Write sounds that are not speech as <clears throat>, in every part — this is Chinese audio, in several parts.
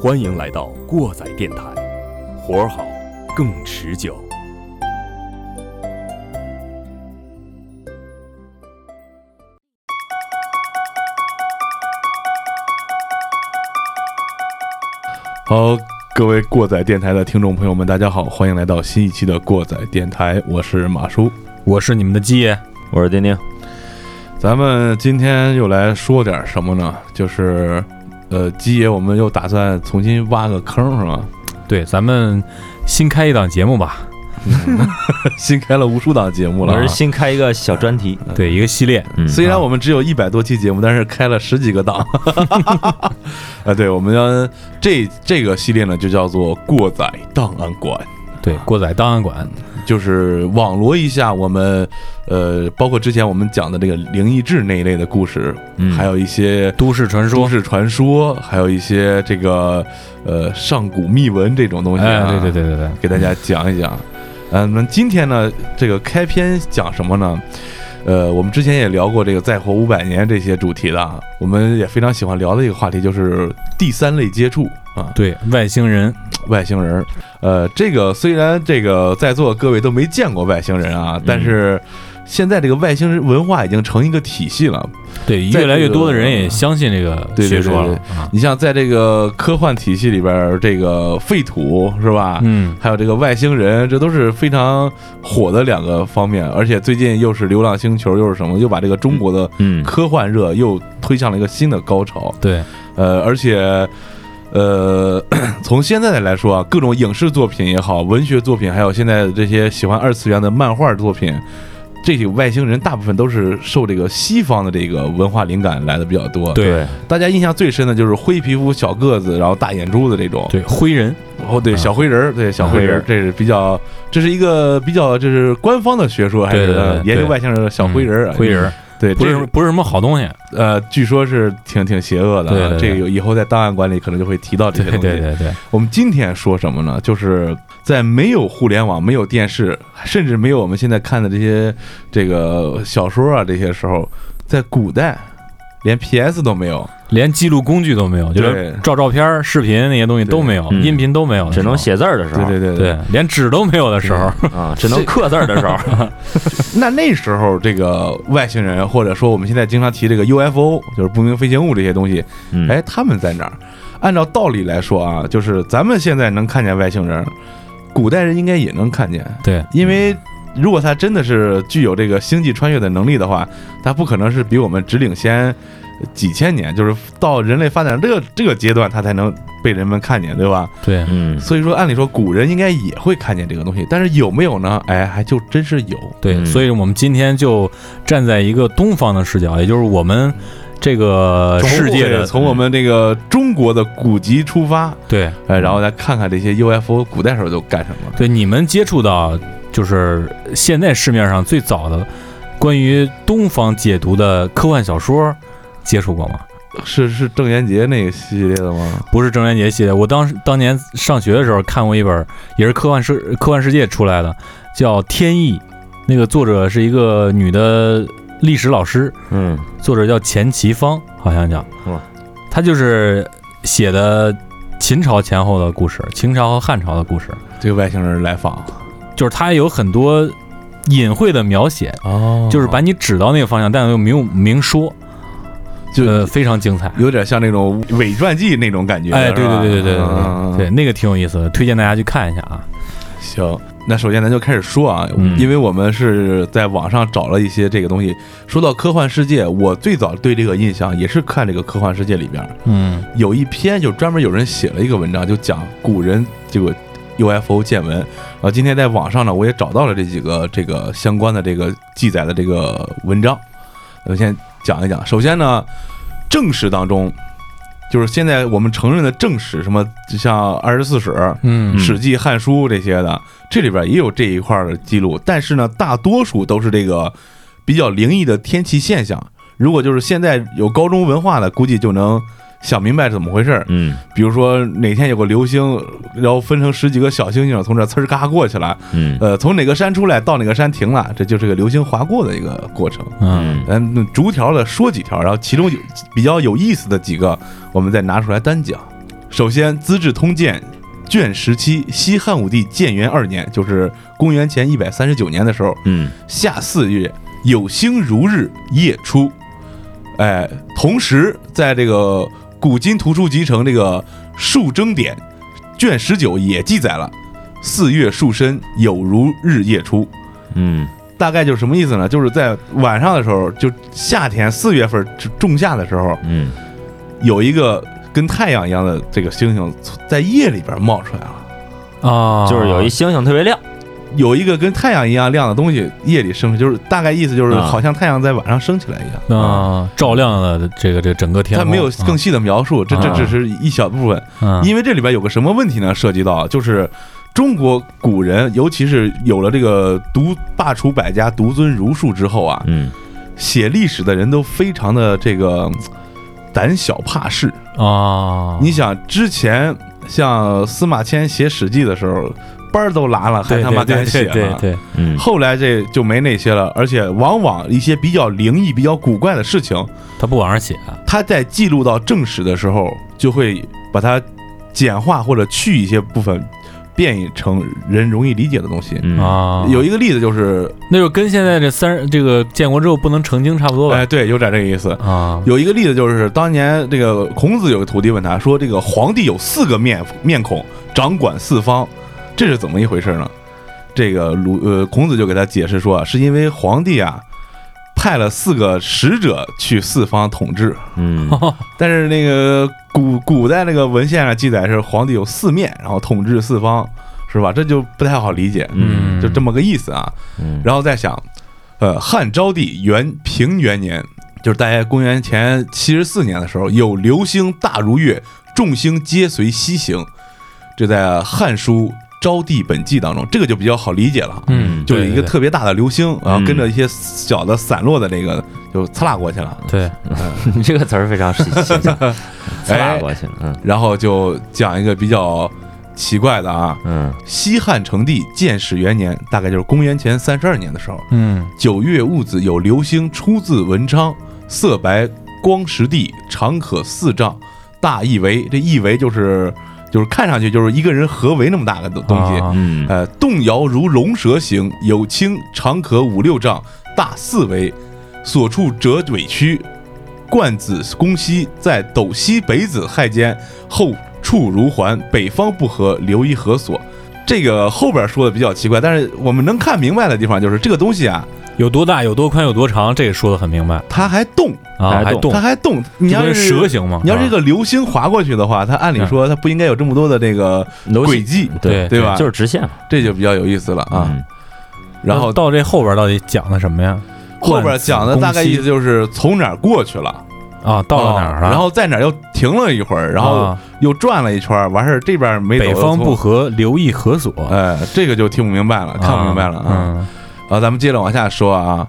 欢迎来到过载电台，活儿好，更持久。好，各位过载电台的听众朋友们，大家好，欢迎来到新一期的过载电台，我是马叔。我是你们的鸡爷，我是丁丁，咱们今天又来说点什么呢？就是，呃，鸡爷，我们又打算重新挖个坑是吗？对，咱们新开一档节目吧， <laughs> 新开了无数档节目我了、啊是。新开一个小专题，对，一个系列，<laughs> 嗯虽然我们只有一百多期节目，但是开了十几个 <laughs> 档。 <laughs> 啊，对，我们要这这个系列呢，就叫做“过载档案馆”。对，过载档案馆，就是网罗一下我们，呃，包括之前我们讲的这个灵异志那一类的故事，嗯还有一些都市传都说，市传说，还有一些这个呃上古秘闻这种东西、哎啊，，对对，对对对，给大家讲一讲。嗯，那今天呢，这个开篇讲什么呢？呃，我们之前也聊过这个“再活五百年”这些主题的啊，我们也非常喜欢聊的一个话题就是第三类接触啊。对外星人，外星人儿。呃，这个虽然这个在座各位都没见过外星人啊，嗯但是现在这个外星人文化已经成一个体系了。对，在越来越这个多的人也相信这个对学对说对了对啊，你像在这个科幻体系里边儿，这个废土是吧？嗯，还有这个外星人，这都是非常火的两个方面，而且最近又是《流浪星球》，又是什么，又把这个中国的嗯科幻热又推向了一个新的高潮。对，呃，而且，呃， <coughs> 从现在来说啊，各种影视作品也好，文学作品，还有现在这些喜欢二次元的漫画作品，这些外星人大部分都是受这个西方的这个文化灵感来的比较多。，对大家印象最深的就是灰皮肤、小个子，然后大眼珠子这种。对，灰人，哦，对，啊小灰人儿，对，小小灰灰人人儿儿，这是比较，这是一个比较，这是官方的学说，还对是对对研究对外星人的小灰人儿啊？嗯灰人，对，不这是不是什么好东西，呃，据说是挺挺邪恶的啊，对对对这个有以后在档案馆里可能就会提到这对些对东西。对对，我们今天说什么呢？就是在没有互联网、没有电视，甚至没有我们现在看的这些这个小说啊这些时候，在古代连 PS 都没有，连记录工具都没有，就对是照照片儿、视频那些东西都没有，嗯音频都没有的时候，只能写字儿的时对候，对对对，连纸都没有的时候，啊，只能刻字儿的时候，那那时候这个外星人，或者说我们现在经常提这个 UFO，就是不明飞行物这些东西，嗯哎，他们在哪儿？按照道理来说啊，就是咱们现在能看见外星人，古代人应该也能看见，对因为如果他真的是具有这个星际穿越的能力的话，他不可能是比我们只领先几千年，就是到人类发展这个这个阶段，他才能被人们看见，对吧？对，嗯，所以说，按理说古人应该也会看见这个东西，但是有没有呢？哎，还就真是有。对，嗯所以我们今天就站在一个东方的视角，也就是我们这个从世界对的从我们这个中国的古籍出发，对哎，然后再看看这些 UFO 古代时候都干什么。对你们接触到就是现在市面上最早的关于东方解读的科幻小说，接触过吗？是是郑渊洁那个系列的吗？不是郑渊洁系列，我当时当年上学的时候看过一本，也是科幻世科幻世界出来的，叫《天意》，那个作者是一个女的历史老师，嗯作者叫钱其芳，好像叫哇，他就是写的秦朝前后的故事，秦朝和汉朝的故事，这个外星人来访就是他有很多隐晦的描写，哦就是把你指到那个方向，但又没有明说，就呃非常精彩。有点像那种伪传记那种感觉。哎，对是吧对对对对嗯对对，那个挺有意思的，推荐大家去看一下啊。行，那首先咱就开始说啊，嗯因为我们是在网上找了一些这个东西。说到科幻世界，我最早对这个印象也是看这个科幻世界里边嗯，有一篇就专门有人写了一个文章，就讲古人这个 UFO 见闻。然后今天在网上呢，我也找到了这几个这个相关的这个记载的这个文章，我先讲一讲。首先呢，正史当中，就是现在我们承认的正史，什么就像《二十四史》嗯《史记》《汉书》这些的，这里边也有这一块的记录，但是呢，大多数都是这个比较灵异的天气现象。如果就是现在有高中文化的，估计就能想明白怎么回事儿。嗯比如说哪天有个流星，然后分成十几个小星星从这呲儿嘎过去了，嗯呃，从哪个山出来到哪个山停了，这就是个流星划过的一个过程。嗯，咱们逐条的说几条，然后其中有比较有意思的几个，我们再拿出来单讲。首先，《资治通鉴》卷十七，西汉武帝建元二年，就是公元前一百三十九年的时候，嗯夏四月，有星如日，夜出。哎，同时在这个古今图书集成这个《数征典》卷十九也记载了，四月数申，有如日夜出。嗯大概就是什么意思呢？就是在晚上的时候，就夏天四月份仲夏的时候，嗯有一个跟太阳一样的这个星星在夜里边冒出来了，啊，就是有一星星特别亮，有一个跟太阳一样亮的东西夜里升起，就是大概意思就是啊好像太阳在晚上升起来一样。啊，照亮了这个这个整个天它空，没有更细的描述，这这啊只是一小部分，啊，因为这里边有个什么问题呢？涉及到就是中国古人，尤其是有了这个独罢黜百家、独尊儒术之后啊，嗯写历史的人都非常的这个嗯胆小怕事。啊，你想，之前像司马迁写《史记》的时候，班儿都拉了，还对他妈对敢写对对呢。对，嗯后来这就没那些了，而且往往一些比较灵异、比较古怪的事情，他不往上写，他在记录到正史的时候，就会把它简化或者去一些部分，变成人容易理解的东西。嗯啊，有一个例子就是，那就跟现在这三十这个建国之后不能成精差不多吧哎，？对，有点这个意思。啊，有一个例子就是，当年这个孔子有个徒弟问他说：“这个皇帝有四个面面孔，掌管四方，这是怎么一回事呢？”这个鲁呃，孔子就给他解释说啊，是因为皇帝啊派了四个使者去四方统治，嗯但是那个古古代那个文献上记载是皇帝有四面，然后统治四方，是吧？这就不太好理解，嗯就这么个意思啊。嗯然后再想，呃，汉昭帝元平元年，就是大概公元前七十四年的时候，有流星大如月，众星皆随西行。这在《汉书·昭帝本纪》当中，这个就比较好理解了。嗯，就有一对个特别大的流星，然后嗯跟着一些小的散落的这个就刺啦过去了，对，你这个词儿非常形形象，哎拉过去了，嗯然后就讲一个比较奇怪的啊，嗯西汉成帝建始元年，大概就是公元前三十二年的时候，嗯九月戊子有流星出自文昌，色白光实地，长可四丈，大一围。这一围就是就是看上去就是一个人合围那么大的东西。啊嗯呃，动摇如龙蛇形，有青长可五六丈，大四围，所处折尾曲。冠子宫西在斗西北子亥间，后处如环，北方不合，留一合所。这个后边说的比较奇怪，但是我们能看明白的地方就是这个东西啊，有多大，有多宽，有多长，这个说的很明白它还动，啊，还还动动它，还动。你这要不是是蛇，形吗？你要是啊嗯一个流星划过去的话，它按理说它不应该有这么多的这个流轨星迹，对对吧就是直线嘛这就比较有意思了嗯啊。，然后到这后边到底讲的什么呀？后边讲的大概意思就是从哪儿过去了，啊，到了哪儿了？哦然后在哪儿又停了一会儿，然后啊又转了一圈儿，完事儿这边没走北方不，和，留意何所？从哎，这个就听不明白了，看不明白了啊。啊，啊，咱们接着往下说啊，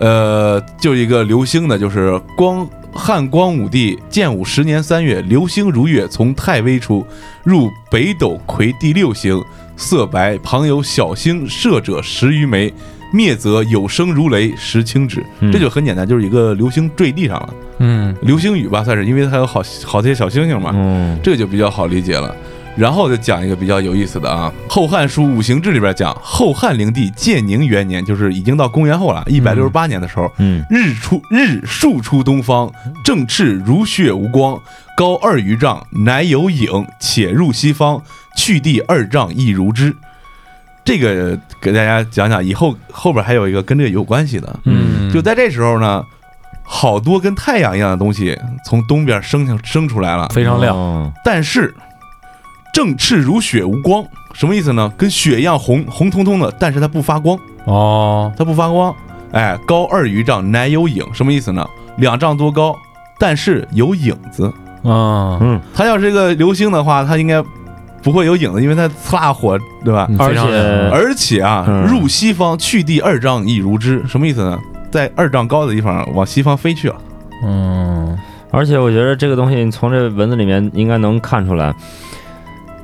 呃，就一个流星的，就是光汉光武帝建武十年三月，流星如月，从太微出，入北斗魁第六星，色白，旁有小星射者十余枚，灭则有声如雷，石青止。嗯这就很简单，就是一个流星坠地上了，嗯流星雨吧，算是，因为它有好好些小星星嘛。嗯这个就比较好理解了。然后就讲一个比较有意思的啊，《后汉书·五行志》里边讲，后汉灵帝建宁元年，就是已经到公元后了，一百六十八年的时候，嗯日出日数出东方，正赤如血无光，高二余丈，乃有影，且入西方，去地二丈亦如之。这个给大家讲讲，以后后边还有一个跟这个有关系的，嗯，就在这时候呢，好多跟太阳一样的东西从东边升上升出来了，非常亮，亮，但是正赤如血无光，什么意思呢？跟血一样红，红彤彤的，但是它不发光，哦，它不发光。哎，高二余丈乃有影，什么意思呢？两丈多高，但是有影子。嗯，嗯，它要是一个流星的话，它应该不会有影子，因为它呲啦火，对吧？嗯而非常亮且而且啊，嗯入西方去地二丈亦如之，什么意思呢？在二丈高的地方往西方飞去了。嗯，而且我觉得这个东西，你从这文字里面应该能看出来，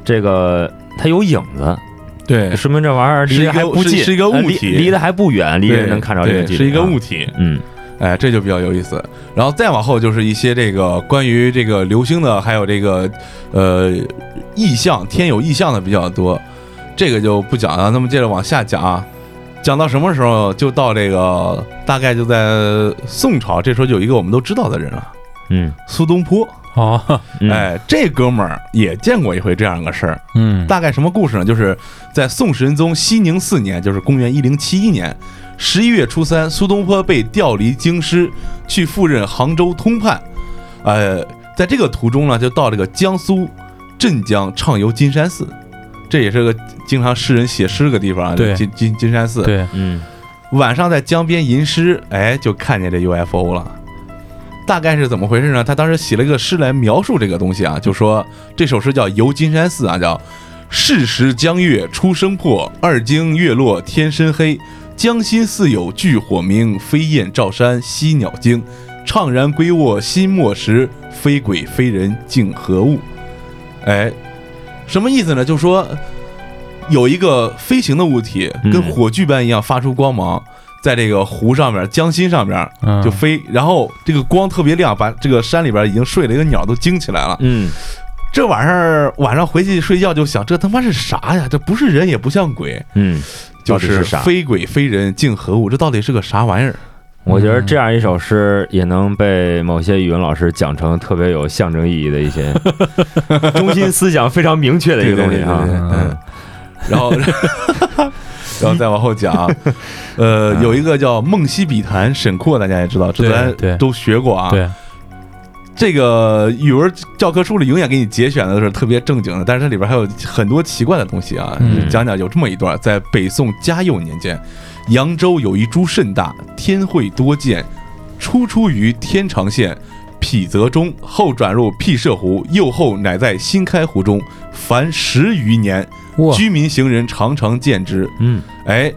这个它有影子，对，说明这玩意儿是离一得个还不是近，是一个呃物离体离得还不远，离人能看着这个对距离，是一个啊物。体，嗯，哎，这就比较有意思。然后再往后就是一些这个关于这个流星的，还有这个呃意象，天有意象的比较多，这个就不讲了。那么接着往下讲啊，讲到什么时候就到这个大概就在宋朝，这时候就有一个我们都知道的人了，嗯，苏东坡。哦，嗯，哎，这哥们儿也见过一回这样的事儿。嗯，大概什么故事呢？就是在宋神宗熙宁四年，就是公元一零七一年十一月初三，苏东坡被调离京师，去赴任杭州通判。呃，在这个途中呢，就到这个江苏镇江畅游金山寺，这也是个经常诗人写诗的地方啊。对金金金山寺。对，嗯，晚上在江边吟诗，哎，就看见这 UFO 了。大概是怎么回事呢？他当时写了一个诗来描述这个东西啊，就说这首诗叫《游金山寺》啊，叫“适时江月初生破，二更月落天深黑。江心似有炬火明，飞燕照山西鸟惊。怅然归卧心莫时，非鬼非人竟何物？”哎，什么意思呢？就说有一个飞行的物体，跟嗯火炬般一样发出光芒，在这个湖上面、江心上面嗯，就飞，然后这个光特别亮，把这个山里边已经睡了一个鸟都惊起来了。嗯，这晚上晚上回去睡觉就想，这他妈是啥呀？这不是人，也不像鬼，嗯，就到底是啥非鬼非人竟何物？这到底是个啥玩意儿？我觉得这样一首诗也能被某些语文老师讲成特别有象征意义的 <laughs> 一些中心思想非常明确的一个东西对对对对啊。对嗯然后，然后再往后讲啊，呃，有一个叫《梦溪笔谈》，沈括大家也知道，这对咱对都学过啊。对，这个语文教科书里永远给你节选的都是特别正经的，但是它里边还有很多奇怪的东西啊。嗯讲讲有这么一段，在北宋嘉佑年间，扬州有一诸甚大，天会多见，初出于天长县。匹泽中，后转入辟舍湖，右后乃在新开湖中，凡十余年，哇，居民行人常常见之。嗯哎，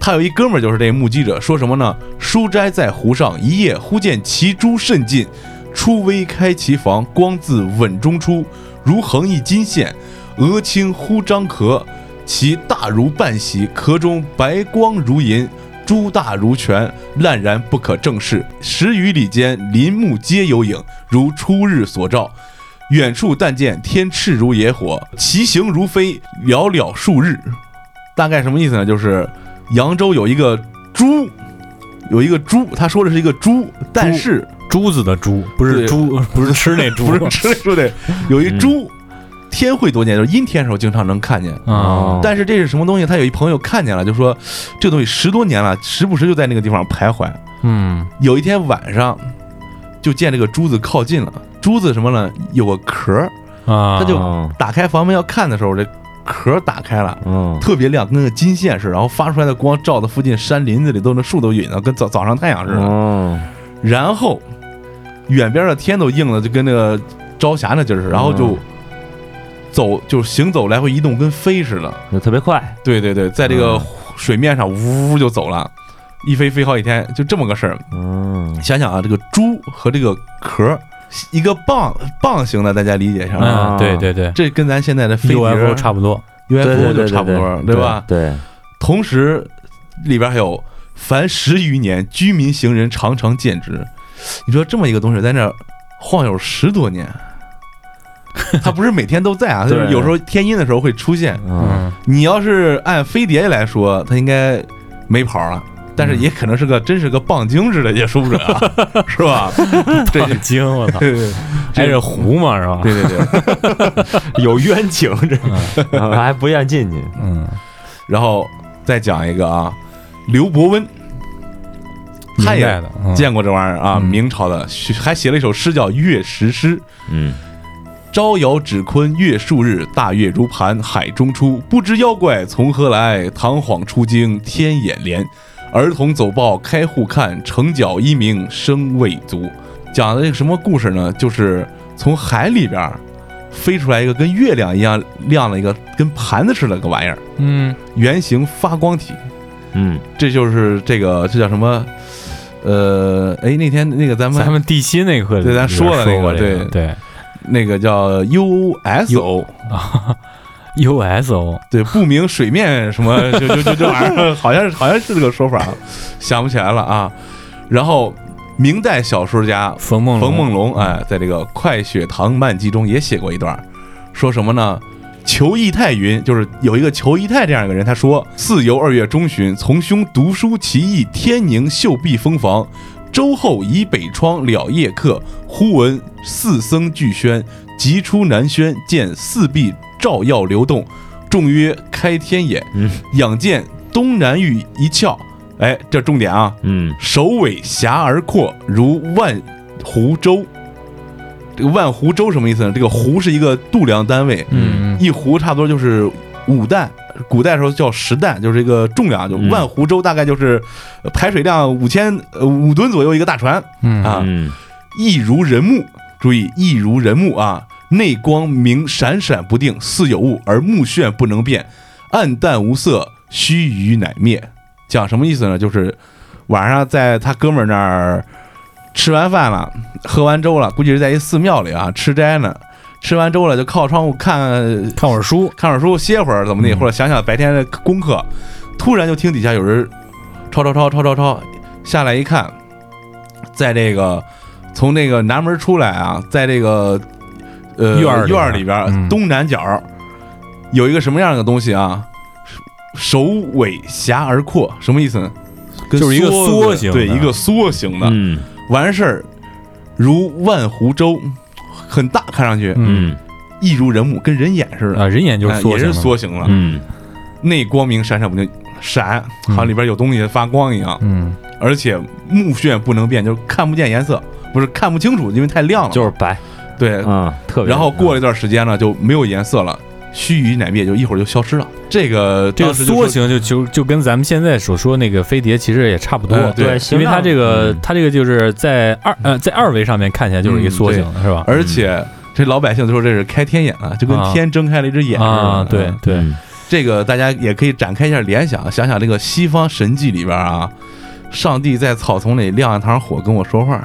他有一哥们儿就是这目击者，说什么呢？书斋在湖上一夜，忽见其珠甚近，初微开其房，光自稳中出，如横一金线，额清忽张壳，其大如半席，壳中白光如银。珠大如泉，烂然不可正视。十余里间，林木皆有影，如初日所照。远处但见天赤如野火，其形如飞，寥寥数日。大概什么意思呢？就是扬州有一个猪，有一个猪，他说的是一个猪，但是珠子的珠，不对是猪， <laughs> 不是吃那猪， <laughs> 不是吃说的，有一猪，天会多见，就是阴天的时候经常能看见。啊，但是这是什么东西？他有一朋友看见了，就说这东西十多年了，时不时就在那个地方徘徊。嗯，有一天晚上，就见这个珠子靠近了。珠子什么呢？有个壳儿，啊，他就哦打开房门要看的时候，这壳儿打开了，嗯特别亮，跟个金线似的，然后发出来的光照的附近山林子里都能树都隐了，跟早早上太阳似的。哦，然后远边的天都映了，就跟那个朝霞那劲儿似的，然后就嗯走就是行走来回移动，跟飞似的。那特别快，对对对，在这个嗯水面上呜就走了，一飞飞好几天，就这么个事儿。嗯想想啊，这个猪和这个壳儿，一个棒棒形的，大家理解一下啊。嗯，对对对这跟咱现在的飞碟儿，UFO 差不多，对对 UFO 对就对差不多了，对吧？对，同时里边还有凡十余年，居民行人常常见之。你说这么一个东西在那儿晃悠十多 <laughs> 年，它不是每天都在啊，它就是对有时候天阴的时候会出现。<laughs> 嗯嗯，你要是按飞碟来说，它应该没跑了。但是也可能是个真是个棒精似的，也说不准 <laughs> 啊，是吧？这棒精，我啊操， <laughs> 对对这是湖嘛是吧？对对对。 <laughs> 有冤情这嗯，然后还不愿进去。嗯，然后再讲一个啊，刘伯温，明他也白的，嗯见过这玩意儿啊，嗯明朝的，还写了一首诗叫《月食诗》。嗯招摇指坤月数日，大月如盘海中出。不知妖怪从何来，堂皇出京天眼怜。儿童走报开户看，成角一鸣声未足。讲的这个什么故事呢？就是从海里边儿飞出来一个跟月亮一样亮的一个跟盘子似的个玩意儿，嗯圆形发光体。嗯这就是这个这叫什么？呃，哎，那天那个咱咱们们地心那课里对咱里边说了那个说过这对对那个叫 USO， USO 对，不明水面什么，就就就这玩意儿，好像是好像是这个说法，想不起来了啊。然后，明代小说家冯梦冯龙梦龙，哎，在这个《快雪堂漫记》中也写过一段，说什么呢？裘义泰云，就是有一个裘义泰这样一个人，他说：“四游二月中旬，从兄读书其意，天宁秀壁风房，周后以北窗了夜客，忽闻四僧俱喧，即出南轩，见四壁照耀流动，众曰开天也。嗯仰见东南隅一窍，哎，这重点啊，嗯，首尾狭而阔，如万湖洲。这个万湖洲什么意思呢？这个湖是一个度量单位，嗯一壶差不多就是五担，古代时候叫十担，就是这个重量。就嗯万湖洲大概就是呃排水量五千呃五吨左右一个大船，嗯啊嗯一如人目，注意一如人目啊，内光明闪闪不定，似有物而目眩不能辨，暗淡无色，须臾乃灭。讲什么意思呢？就是晚上在他哥们儿那儿吃完饭了，喝完粥了，估计是在一寺庙里啊吃斋呢。吃完粥了就靠窗户看看会儿书看会儿书，歇会儿怎么的，嗯或者想想白天的功课，突然就听底下有人抄抄抄抄抄抄，下来一看，在这个从那个南门出来啊，在这个呃院儿里边院儿里边儿嗯东南角儿有一个什么样的东西啊？首尾狭而阔，什么意思呢？跟就是一个梭梭形对，的一个梭形的，嗯完事儿如万湖洲，很大，看上去嗯一如人目，跟人眼似的。啊，人眼就是哎缩也形是的缩形了，嗯内光明闪闪不定，闪，好像里边有东西发光一样，嗯而且目眩不能辨，就是看不见颜色，不是看不清楚，因为太亮了。就是白对，嗯啊，特别。然后过了一段时间呢，就没有颜色了，须臾乃灭，就一会儿就消失了。这个这个当时就说缩形就就就跟咱们现在所说那个飞碟其实也差不多，哎对因对，为它这个嗯它这个就是在二呃在二维上面看起来就是嗯一个缩形，是吧？而且这老百姓就说这是开天眼啊，就跟嗯啊天睁开了一只眼似的啊，对嗯对，嗯这个大家也可以展开一下联想，想想这个西方神迹里边啊，上帝在草丛里亮一堂火跟我说话，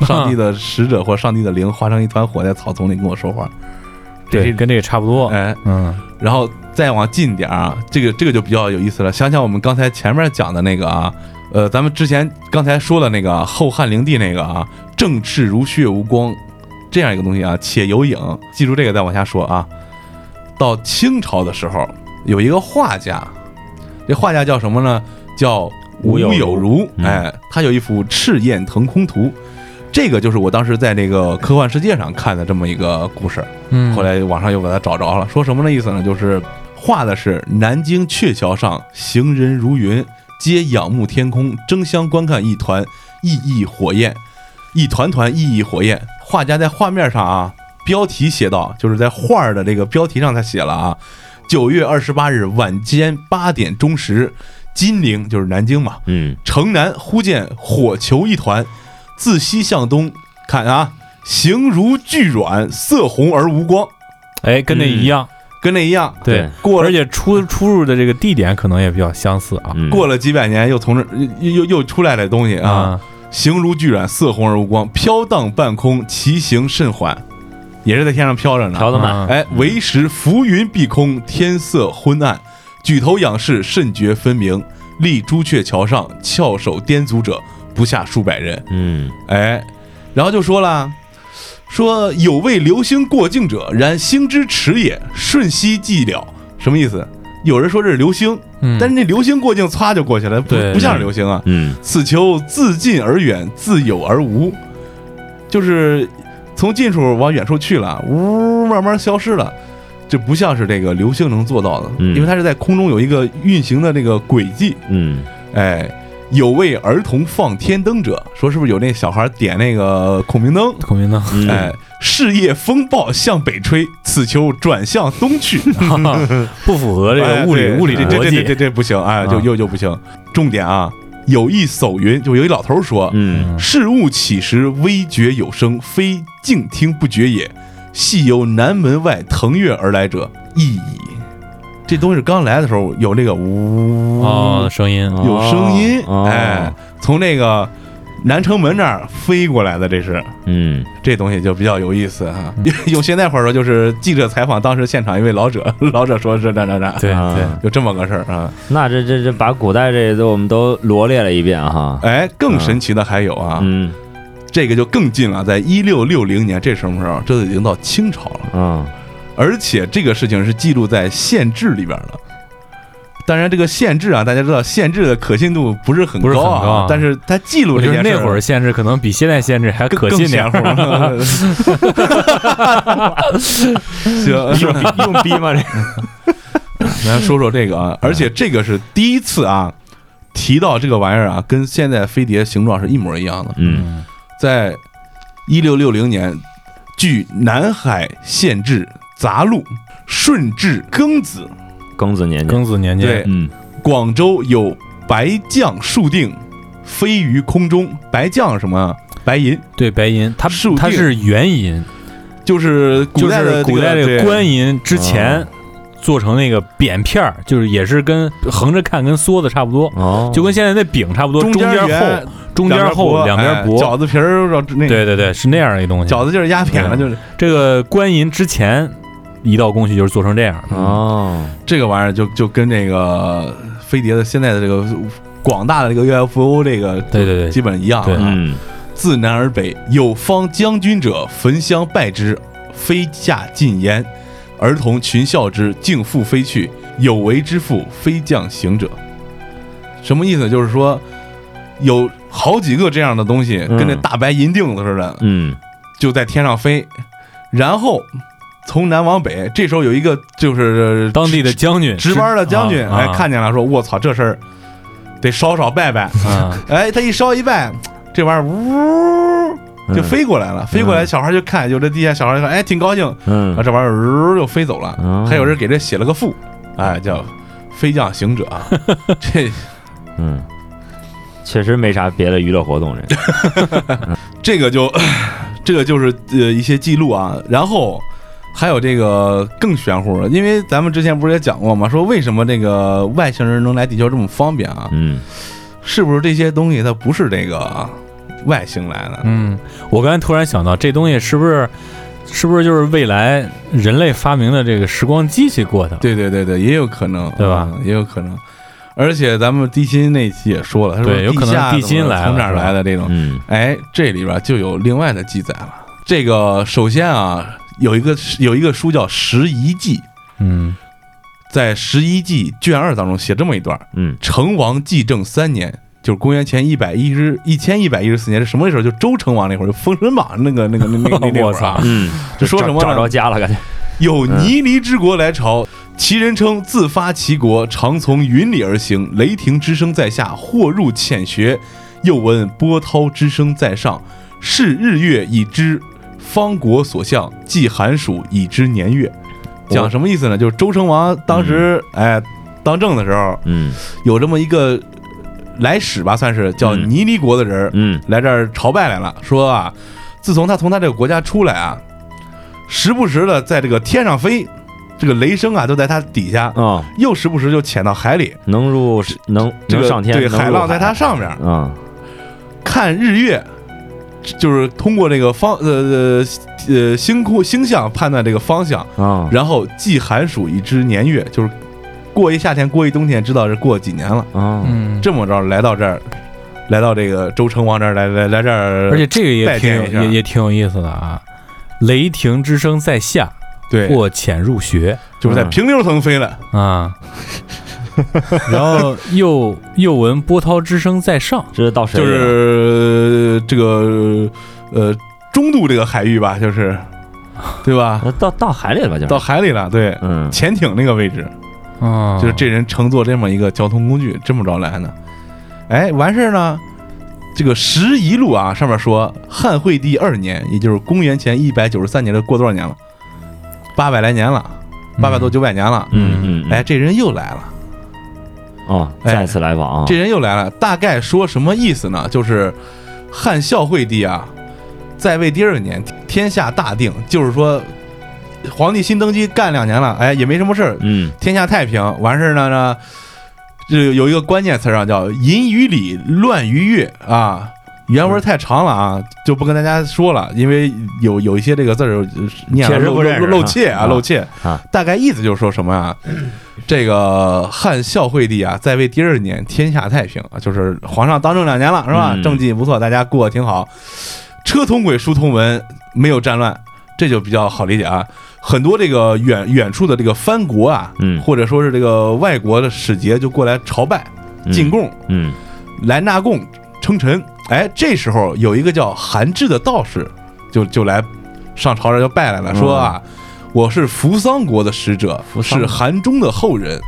上帝的使者或上帝的灵化成一团火在草丛里跟我说话，这对，是跟这个差不多，哎，嗯然后再往近点儿啊，这个这个就比较有意思了。想想我们刚才前面讲的那个啊，呃，咱们之前刚才说的那个啊后汉灵帝那个啊，正赤如血无光这样一个东西啊，且有影。记住这个，再往下说啊。到清朝的时候，有一个画家，这画家叫什么呢？叫吴吴有有如。嗯哎，他有一幅《赤焰腾空图》，这个就是我当时在那个科幻世界上看的这么一个故事。嗯，后来网上又把它找着了，说什么的意思呢？就是画的是南京鹊桥上行人如云，皆仰慕天空，争相观看一团熠熠火焰，一团团熠熠火焰。画家在画面上啊，标题写到，就是在画儿的这个标题上他写了啊，九月二十八日晚间八点钟时，金陵就是南京嘛，嗯城南忽见火球一团，自西向东，看啊，形如巨卵，色红而无光，哎跟那一样，跟那一样。对，过而了且出出入的这个地点可能也比较相似啊嗯过了几百年，又从这又又又出来的东西啊，啊，形如巨卵，色红而无光，飘荡半空，其形甚缓，也是在天上飘着呢。朴德曼啊哎，为时浮云蔽空，天色昏暗，举头仰视，甚觉分明。立朱雀桥上，翘首颠足者不下数百人。嗯哎，然后就说了，说有位流星过境者，然星之迟也，瞬息即了。什么意思？有人说这是流星，嗯但是那流星过境唰就过去了，不对不像是流星啊。嗯此球自近而远，自有而无，就是从近处往远处去了，呜，慢慢消失了。这不像是这个流星能做到的，嗯因为它是在空中有一个运行的那个轨迹，嗯哎，有为儿童放天灯者，说是不是有那小孩点那个孔明灯？孔明灯，嗯，哎，事业风暴向北吹，此球转向东去。不符合这哎个物理对物理这这逻这这这辑，这不行啊，哎就啊又就不行。重点啊，有一叟云，就有一老头说，嗯事物起时微觉有声，非静听不觉也，系由南门外腾跃而来者亦矣。这东西刚来的时候有那个嗯呜哦，声音有声音，哦哎，从那个南城门这儿飞过来的，这是嗯，这东西就比较有意思哈。嗯 <laughs> 用现在话说，就是记者采访当时现场一位老者， <laughs> 老者说是这这这，对啊对，就这么个事儿啊。那这这这把古代这都我们都罗列了一遍哈，哎，更神奇的还有啊，嗯这个就更近了，在一六六零年，这什么时候？这都已经到清朝了，嗯而且这个事情是记录在县志里边了。当然，这个县志啊，大家知道县志的可信度不是很不是高很啊，高啊但是它记录我这觉得件事那会儿限制可能比现在限制还更可更信点邪。乎了。行，用逼用逼吗？这个 <laughs> 来说说这个啊，而且这个是第一次啊，提到这个玩意儿啊，跟现在飞碟形状是一模一样的。嗯在一六六零年，据南海县志杂录顺治庚子，庚子年间，庚子年间，对，嗯广州有白将数锭飞于空中，白将是什么啊？白银对白银，它树它定是元银，就是古就代是的古代这个哦官官银之前啊做成那个扁片儿，就是也是跟横着看跟缩的差不多，哦，就跟现在那饼差不多，中间厚，圆中间厚，两边哎薄。饺子皮儿那对对对，是那样一个东西。饺子就是压扁了，就是这个官银之前一道工序就是做成这样的，哦，这个玩意儿就就跟这个飞碟的现在的这个广大的这个 UFO 这个对对对基本一样啊。对嗯自南而北有方将军者，焚香拜之，非驾进焉；儿童群笑之，敬父非去。有为之父，非将行者。什么意思？就是说，有好几个这样的东西，嗯跟那大白银锭子似的，嗯就在天上飞，然后从南往北。这时候有一个就是当地的将军值班的将军，啊哎啊，看见了，说：“我操，这事儿得烧烧拜拜。”啊，哎，他一烧一拜，这玩意儿呜嗯就飞过来了，飞过来，小孩就看，有这地下小孩就看，哎，挺高兴，嗯啊，这玩意儿呜就飞走了。嗯哦还有人给这写了个赋，哎，叫“飞将行者” <laughs> 啊，这嗯，确实没啥别的娱乐活动这，这个就这个就是呃一些记录啊，然后。还有这个更玄乎了，因为咱们之前不是也讲过吗？说为什么这个外星人能来地球这么方便啊？嗯是不是这些东西它不是这个外星来的？嗯，我刚才突然想到，这东西是不是是不是就是未来人类发明的这个时光机器过的？对对对对，也有可能，对吧嗯也有可能。而且咱们地心那期也说了，他说对有可能下地心怎么来了从哪儿是吧来的这种？嗯哎，这里边就有另外的记载了。这个首先啊，有一个有一个书叫《十一记》，嗯，在《十一记》卷二当中写这么一段：嗯成王继政三年，就是公元前一百一十一千一百一十四年，是什么时候？就周成王那会儿，就《封神榜》那个那个那 <laughs> 那那那我会儿啊操嗯嗯，这说什么呢找着家了感觉，有泥犁之国来朝，其人称自发其国，常从云里而行，雷霆之声在下，或入浅穴；又闻波涛之声在上，是日月已知方国所向，即寒暑已知年月。讲什么意思呢？就是周成王当时、嗯哎当政的时候，嗯有这么一个来使吧，算是叫嗯泥犁国的人儿，嗯来这儿朝拜来了，说啊，自从他从他这个国家出来啊，时不时的在这个天上飞，这个雷声啊都在他底下，哦，又时不时就潜到海里，能入能这能个上天，对能入海浪在他上面啊，看日月，就是通过这个方呃呃呃星空星象判断这个方向，啊，然后记寒暑以知年月，就是过一夏天过一冬天，知道是过几年了，啊，嗯，这么着来到这儿。来到这个周成王这儿来来来这儿，而且这个也拜挺见有一下也也挺有意思的啊。雷霆之声在下，对，或潜入穴就是在嗯平流层飞了，啊，然后又又闻波涛之声在上，这到谁就了？是这个呃中度这个海域吧，就是对 <laughs> 吧？那呃到到海里了吧？就是到海里了，对，嗯潜艇那个位置，啊，就是这人乘坐这么一个交通工具，这么着来呢。哎，完事儿呢，这个十一路啊，上面说汉惠帝二年，也就是公元前一百九十三年，这过多少年了？八百来年了，八百多九百年了。嗯嗯，哎，这人又来了，哦，哎再次来往啊，这人又来了，大概说什么意思呢？就是汉孝惠帝啊，在位第二年，天下大定，就是说皇帝新登基干两年了，哎，也没什么事儿，嗯天下太平。完事儿呢呢，这有一个关键词儿啊，叫“淫于礼，乱于乐”啊，原文太长了啊，就不跟大家说了，因为有有一些这个字儿呃念了确实漏不认识漏漏怯啊，啊漏怯啊。大概意思就是说什么啊？ <clears throat> 这个汉孝惠帝啊，在位第二年，天下太平啊，就是皇上当政两年了，是吧？嗯政绩不错，大家过得挺好，车同轨，书同文，没有战乱，这就比较好理解啊。很多这个远远处的这个藩国啊，嗯或者说是这个外国的使节就过来朝拜、进，贡，嗯来纳贡称臣。哎，这时候有一个叫韩志的道士，就就来上朝这就拜来了，说啊，我是扶桑国的使者，扶桑是韩忠的后人。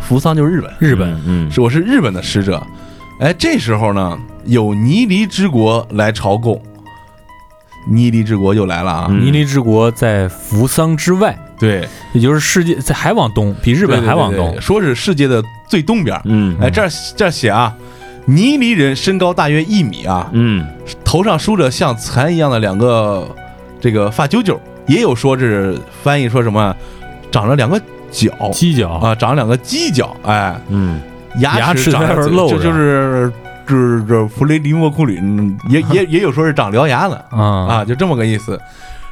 扶桑就是日本，日本，嗯是我是日本的使者。哎，这时候呢，有尼离之国来朝贡，尼离之国就来了啊。嗯尼尼之国在扶桑之外，对，也就是世界在还往东，比日本还往嗯对对对东对。说是世界的最东边儿。嗯哎，这儿这儿写啊，尼离人身高大约一米啊，嗯头上梳着像蚕一样的两个这个发揪揪，也有说是翻译说什么长了两个角犄角，啊，长了两个犄角，哎，嗯牙牙齿齿长在那了儿嘴露就着就是就是就是弗雷迪莫库里，嗯也也也有说是长獠牙的啊啊，就这么个意思。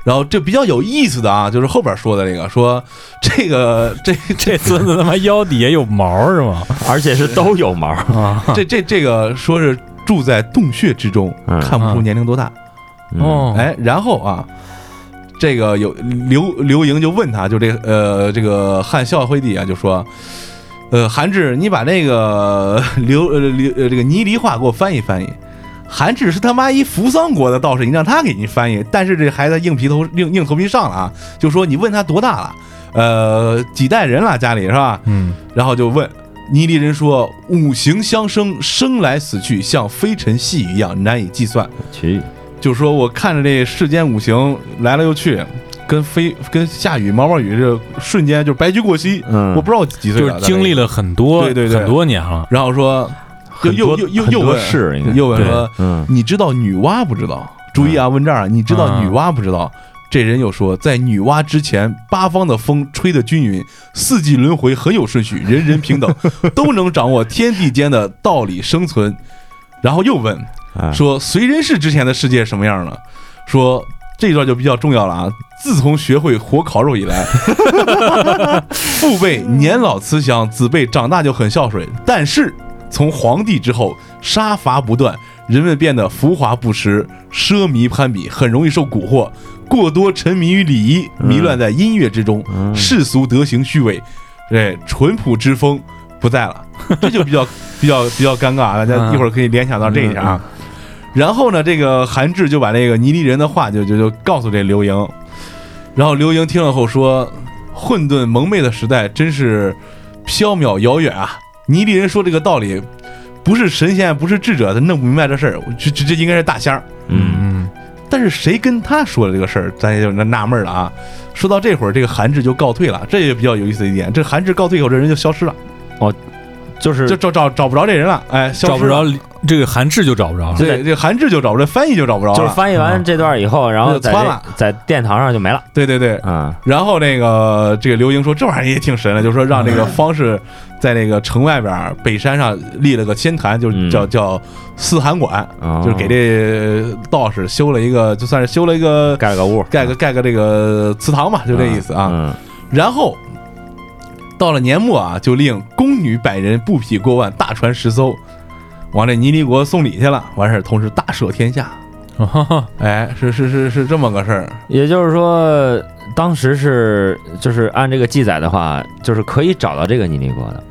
然后这比较有意思的啊，就是后边说的这个，说这个这这孙子他妈腰底下有毛是吗？而且是都 <laughs> 有毛，啊，这这这个说是住在洞穴之中，嗯看不出年龄多大。哦，哎，然后啊，这个有刘刘盈就问他，就这呃这个汉孝惠帝啊，就说，呃，韩志，你把那个 <laughs> 刘呃刘呃这个尼离话给我翻译翻译。韩志是他妈一扶桑国的道士，你让他给你翻译，但是这孩子硬皮头硬硬头皮上了啊，就说你问他多大了，呃，几代人了家里是吧？嗯，然后就问尼离人说：“五行相生，生来死去，像飞尘细雨一样难以计算。嗯去，”就说我看着这世间五行来了又去，跟飞 <laughs> 跟下雨毛毛雨这瞬间就白驹过隙。嗯我不知道我几岁就了，是经历了。了很多对对对很多年了，然后说，又很又多又又很又多问事应该又问对说：“嗯你知道女娲不知道？”注意啊，问这儿啊，你知道女娲不知道？这人又说，在女娲之前，八方的风吹得均匀，四季轮回很有顺序，人人平 <laughs> 等，都能掌握天地间的道理生存。然后又问哎说，燧人氏之前的世界什么样呢？说这段就比较重要了啊。自从学会火烤肉以来，父辈年老慈祥，子辈长大就很孝顺。但是从皇帝之后，杀伐不断，人们变得浮华不实、奢靡攀比，很容易受蛊惑，过多沉迷于礼仪，迷乱在音乐之中，嗯世俗德行虚伪，哎，淳朴之风不在了，这就比较比较比较尴尬啊！大家嗯一会儿可以联想到这一点啊。然后呢，这个韩志就把这个泥犁人的话就就就告诉这刘盈，然后刘盈听了后说：“混沌蒙昧的时代真是缥缈遥远啊！泥犁人说这个道理，不是神仙，不是智者，他弄不明白这事儿。我这这这应该是大仙儿。嗯嗯，但是谁跟他说了这个事儿，咱也就纳闷了啊。说到这会儿，这个韩志就告退了，这也比较有意思一点。这韩志告退以后，这人就消失了，就是就找找找不着这人了，哎，消失找不了着。这个韩志就找不着了，对，这韩志就找不着，这翻译就找不着了。就是翻译完这段以后，然后在那啊就窜这在殿堂上就没了对对对，啊，然后那个这个刘英说这玩意儿也挺神的，就说让那个方士在那个城外边儿北山上立了个仙坛，就是嗯叫叫四函馆，哦就是给这道士修了一个，就算是修了一个盖了个屋，盖个盖个这个祠堂吧，就这意思啊。嗯然后到了年末啊，就令宫女百人，布匹过万，大船十艘，往这尼离国送礼去了。完事儿，同时大赦天下。哈 <laughs> 哈哎，是是是是这么个事儿，也就是说，当时是就是按这个记载的话，就是可以找到这个尼尼国的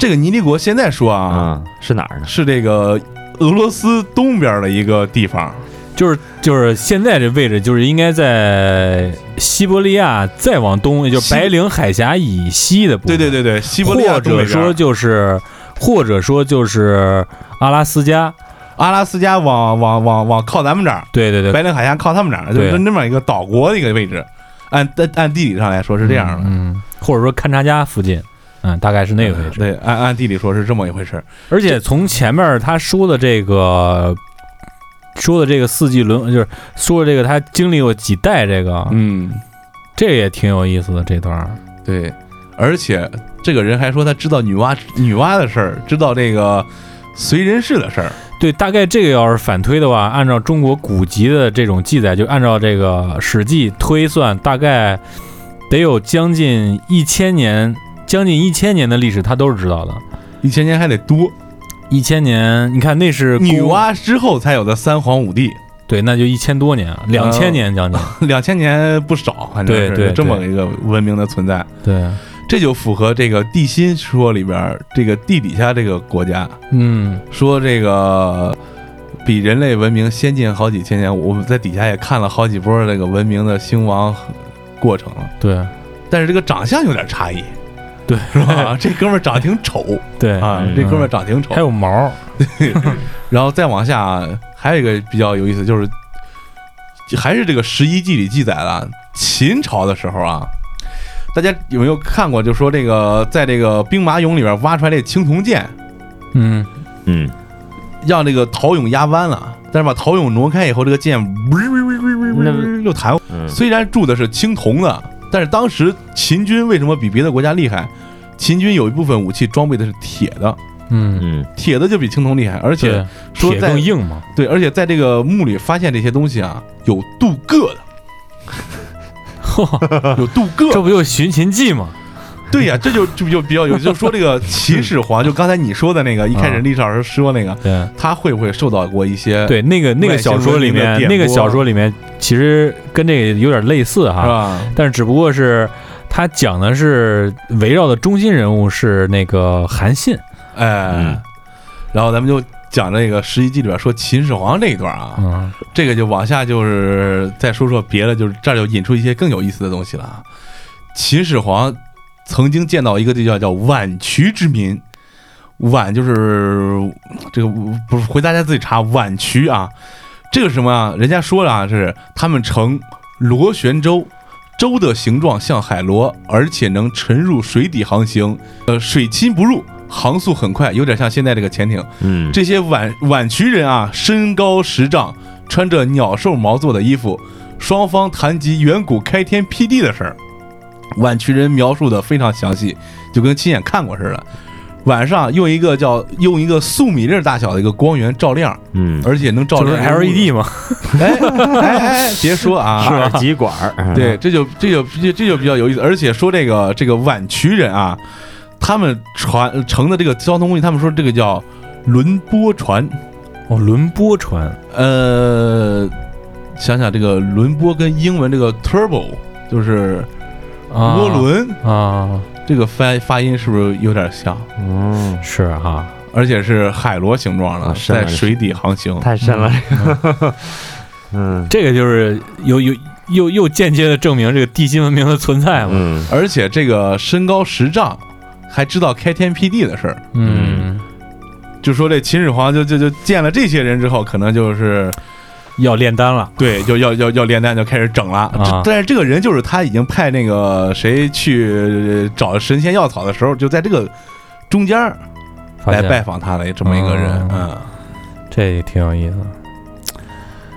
这个尼离国现在说啊，嗯，是哪儿呢？是这个俄罗斯东边的一个地方，就是就是现在这位置，就是应该在西伯利亚再往东，也就西白令海峡以西的部对分。对对对，西伯利亚或东北者边说就是，或者说就是阿拉斯加，阿拉斯加往往往往靠咱们这儿，对对对，白令海峡靠他们这儿，就是对这么一个岛国的一个位置。按按按地理上来说是这样的，嗯，或者说勘察家附近，嗯，大概是那个位置。对，按按地理说是这么一回事儿。而且从前面他说的这个，说的这个四季轮，就是说的这个他经历过几代这个，嗯，这也挺有意思的这段儿。对，而且这个人还说他知道女娲女娲的事儿，知道这个燧人氏的事儿，对，大概这个要是反推的话，按照中国古籍的这种记载，就按照这个《史记》推算，大概得有将近一千年，将近一千年的历史，他都是知道的。一千年还得多，一千年，你看那是女公，娲之后才有的三皇五帝，对，那就一千多年，啊两哦千年将近。 <laughs> 两千年不少，反正对是对这么一个文明的存在，对，这就符合这个地心说里边儿这个地底下这个国家嗯，说这个比人类文明先进好几千年，我们在底下也看了好几波这个文明的兴亡过程了，对但是这个长相有点差异，对，是吧？ <laughs> 这哥们儿长得挺丑对，啊，嗯这哥们儿长得挺丑还，有毛，然后再往下啊还有一个比较有意思，就是还是这个《十一纪》里记载了秦朝的时候啊，大家有没有看过？就说这个在这个兵马俑里边挖出来这青铜剑，嗯，嗯，让这个陶俑压弯了，但是把陶俑挪开以后，这个剑呜那又弹。嗯虽然铸的是青铜的，但是当时秦军为什么比别的国家厉害？秦军有一部分武器装备的是铁的，嗯，嗯铁的就比青铜厉害，而且对，说铁在更硬嘛，对，而且在这个墓里发现这些东西啊，有镀铬的，有镀啊这铬。不就《寻秦记》 <laughs> 吗？对呀、这就就就比较有，就说这个秦 <laughs> 始皇，就刚才你说的那啊个，一开始历史老师说那个，对。他会不会受到过一些对，那个那外个星小说文里明的面，电那个波小说里面其实跟这个有点类似是哈，吧？但是只不过是他讲的是围绕的中心人物是那个韩信，哎嗯，然后咱们就讲这个《十一纪》里边说秦始皇这一段啊，嗯这个就往下就是再说说别的，就是这儿就引出一些更有意思的东西了啊。秦始皇曾经见到一个地叫叫宛渠之民，宛就是这个不是回大家自己查宛渠啊，这个是什么啊？人家说了啊，是他们乘螺旋舟。舟的形状像海螺，而且能沉入水底航行，呃，水侵不入，航速很快，有点像现在这个潜艇。嗯，这些宛宛渠人啊，身高十丈，穿着鸟兽毛做的衣服，双方谈及远古开天辟地的事儿。宛渠人描述的非常详细，就跟亲眼看过似的。晚上用一个叫用一个粟米粒儿大小的一个光源照亮，嗯，而且能照就是 E 亮一个屋子 LED 嘛，哎哎哎，别说啊，耳机管儿， <laughs> 对，这就这就这这就比较有意思，而且说这个这个宛渠人啊，他们船乘的这个交通工具，他们说这个叫轮波船，哦，轮波船，呃，想想这个轮波跟英文这个 turbo 就是啊涡轮，啊，这个发发音是不是有点像？嗯，是哈，而且是海螺形状的，啊是啊在水底航行。太深了，这个，嗯这个就是有有又又间接的证明这个地心文明的存在嘛，嗯而且这个身高十丈，还知道开天辟地的事儿。嗯，就说这秦始皇就就就见了这些人之后，可能就是要炼丹了，对，就要要要炼丹，就开始整了。啊这但是这个人就是他已经派那个谁去找神仙药草的时候，就在这个中间儿发来现拜访他的这么一个人。嗯哦，这也挺有意思的，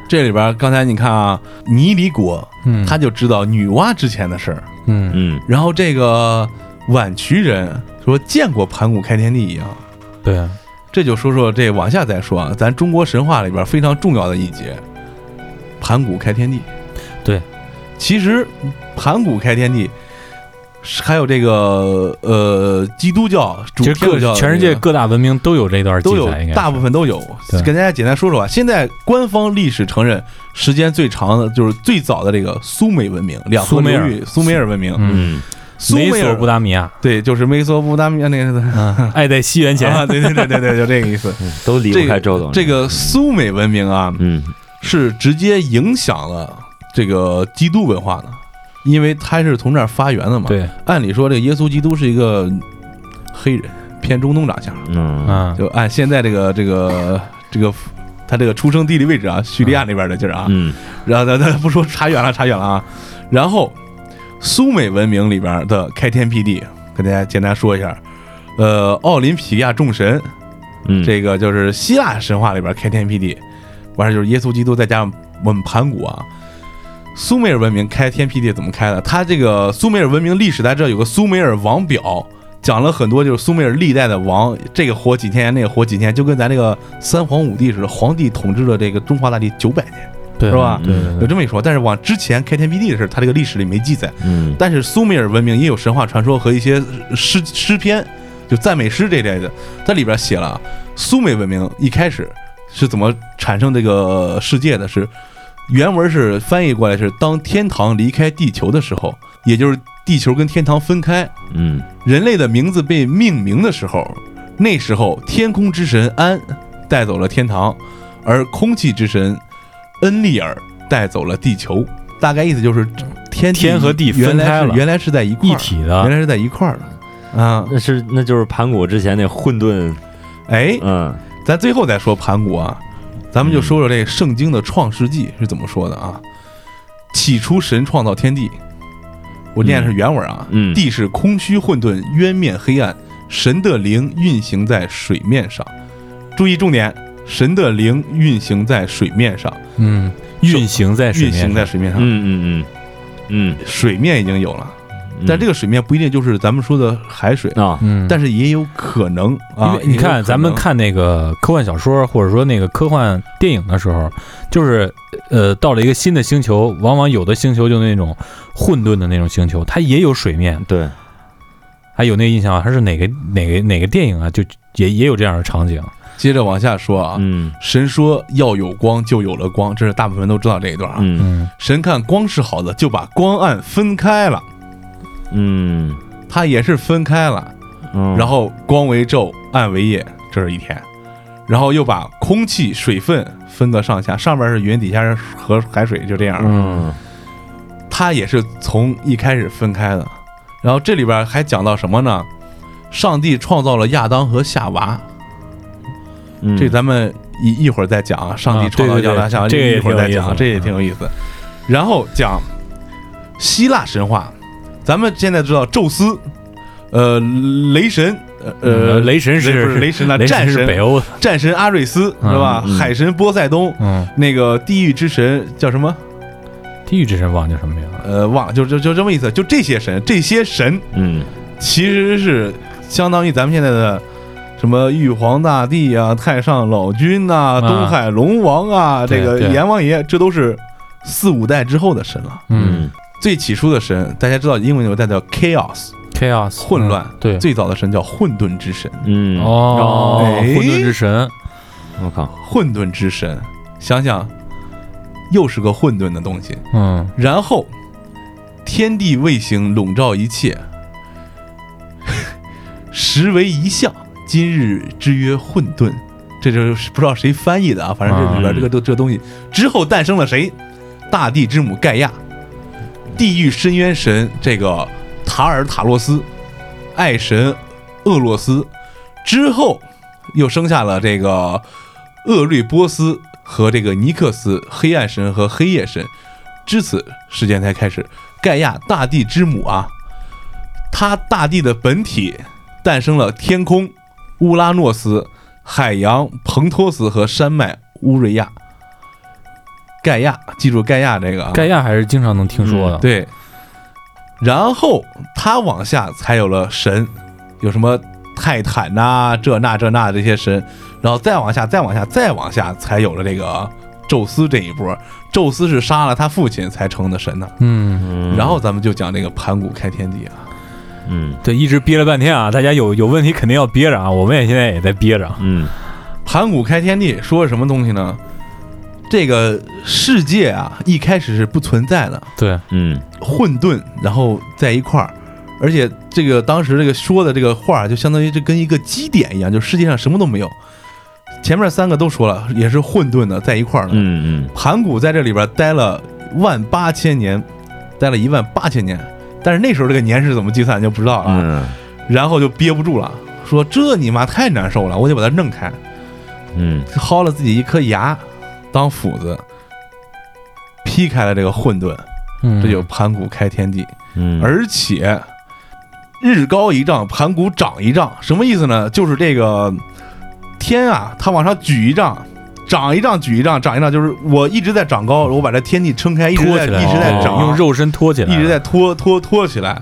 这里边儿刚才你看啊，尼里国嗯，他就知道女娲之前的事儿，嗯嗯然后这个宛渠人说见过盘古开天地一样。对，这就说说这往下再说啊，咱中国神话里边非常重要的一节，盘古开天地。对，其实盘古开天地，是还有这个呃基督教、主其天实各主教的这个、全世界各大文明都有这段记都有载，应该，大部分都有。对跟大家简单说说啊，现在官方历史承认时间最长的就是最早的这个苏美文明，两河苏流美尔域苏美尔文明，嗯，嗯苏美美索尔不达米亚，对，就是美索不达米亚那 <laughs> 个嗯，爱在西元前，啊，对对对对对，就这个意 <laughs> 思。嗯，都离不开周董这，个苏美文明啊，嗯是直接影响了这个基督文化的，因为它是从这儿发源的嘛。，对，按理说这个耶稣基督是一个黑人，偏中东长相，嗯嗯，啊就按现在这个这个这个他这个出生地理位置啊，叙利亚那边的劲儿啊。嗯然后咱咱不说差远了，差远了啊。然后苏美文明里边的开天辟地，跟大家简单说一下。呃，奥林匹亚众神，嗯，这个就是希腊神话里边开天辟地，完事就是耶稣基督，再加上我们盘古啊。苏美尔文明开天辟地怎么开的？它这个苏美尔文明历史，大家知道有个苏美尔王表，讲了很多就是苏美尔历代的王，这个活几天，那个活几天，就跟咱这个三皇五帝似的，皇帝统治了这个中华大地九百年，对是吧对有对对，这么一说。但是往之前开天辟地的事，它这个历史里没记载。嗯，但是苏美尔文明也有神话传说和一些诗诗篇，就赞美诗这类的，在里边写了啊苏美文明一开始是怎么产生这个世界的，是原文是翻译过来是当天堂离开地球的时候，也就是地球跟天堂分开，嗯，人类的名字被命名的时候，那时候天空之神安带走了天堂，而空气之神恩利尔带走了地球。大概意思就是天天和地分原开来是了原来是在一块一儿，体原的，来是在一块儿的啊。那是那就是盘古之前那混沌，哎，嗯咱最后再说盘古啊，咱们就说说这圣经的创世纪是怎么说的啊？起初神创造天地，我念的是原文啊，嗯地是空虚混沌，渊面黑暗，神的灵运行在水面上。注意重点，神的灵运行在水面上，嗯，运行在水运面行上，在水面上，嗯嗯嗯水面已经有了，嗯，但这个个水面不一定就是咱们说的海水，啊，嗯，但是也有可能因啊为。你也有可看，咱们能看那个科幻小说，或者说那个科幻电影的时候，就是呃，到了一个新的星球，往往有的星球就那种混沌的那种星球，它也有水面。对，啊还有那个印象啊，它是哪个哪个哪个电影啊？就也也有这样的场景。接着往下说啊，嗯神说要有光，就有了光，这是大部分人都知道这一段啊。嗯嗯神看光是好的，就把光暗分开了，嗯它也是分开了。嗯，然后光为昼，暗为夜，这是一天。然后又把空气、水分分个上下，上边是云，底下是河海水，就这样。嗯它也是从一开始分开的。然后这里边还讲到什么呢？上帝创造了亚当和夏娃，嗯这咱们一一会儿再讲啊，上帝啊创造对对亚对当夏娃，这个也一会儿挺再有意思嗯讲，啊的这也挺有意思。然后讲希腊神话，咱们现在知道宙斯，呃，雷神，呃，嗯雷神雷不是是雷神了，雷战是北神，欧的，战神阿瑞斯是嗯吧？嗯海神波塞冬，嗯，那个地狱之神叫什么？地狱之神忘记叫什么名了。呃，忘了，就就就这么意思。就这些神，这些神嗯其实是相当于咱们现在的什么玉皇大帝啊、太上老君呐、啊东海龙王啊、对这个对阎王爷，这都是四五代之后的神了。嗯最起初的神，大家知道英文有代叫 chaos， ，chaos 混乱嗯对最早的神叫混沌之神，嗯，哦，哎混沌之神，我靠，混沌之神，想想又是个混沌的东西。嗯，然后天地未形，笼罩一切， <laughs> 实为一象。今日之曰混沌，这就是不知道谁翻译的啊，反正这里边啊这个这这东西之后诞生了谁？大地之母盖亚，地狱深渊神这个塔尔塔洛斯，爱神厄洛斯，之后又生下了这个厄瑞波斯和这个尼克斯，黑暗神和黑夜神。至此，事件才开始。盖亚，大地之母啊，她大地的本体诞生了天空、乌拉诺斯、海洋、彭托斯和山脉乌瑞亚。盖亚，记住盖亚这个啊，嗯盖亚还是经常能听说的。对，然后他往下才有了神，有什么泰坦呐、这那这那这些神，然后再往下，再往下，再往下，才有了这个宙斯这一波。宙斯是杀了他父亲才成的神呢、嗯，嗯然后咱们就讲这个盘古开天地啊，嗯对，一直憋了半天啊，大家有有问题肯定要憋着啊，我们也现在也在憋着啊。嗯盘古开天地说什么东西呢？这个世界啊，一开始是不存在的，对，嗯混沌，然后在一块儿。而且这个当时这个说的这个话儿，就相当于这跟一个基点一样，就世界上什么都没有。前面三个都说了，也是混沌的，在一块儿的。嗯嗯盘古在这里边待了万八千年，待了一万八千年，但是那时候这个年是怎么计算就不知道了啊。嗯然后就憋不住了，说这你妈太难受了，我得把它弄开，嗯薅了自己一颗牙当斧子，劈开了这个混沌，嗯，这就盘古开天地。嗯，而且日高一丈，盘古长一丈，什么意思呢？就是这个天啊，它往上举一丈，长一丈，举一丈，长一丈，就是我一直在长高，我把这天地撑开，一直托在起一来，直在哦长，用肉身托起来，一直在拖拖拖起来，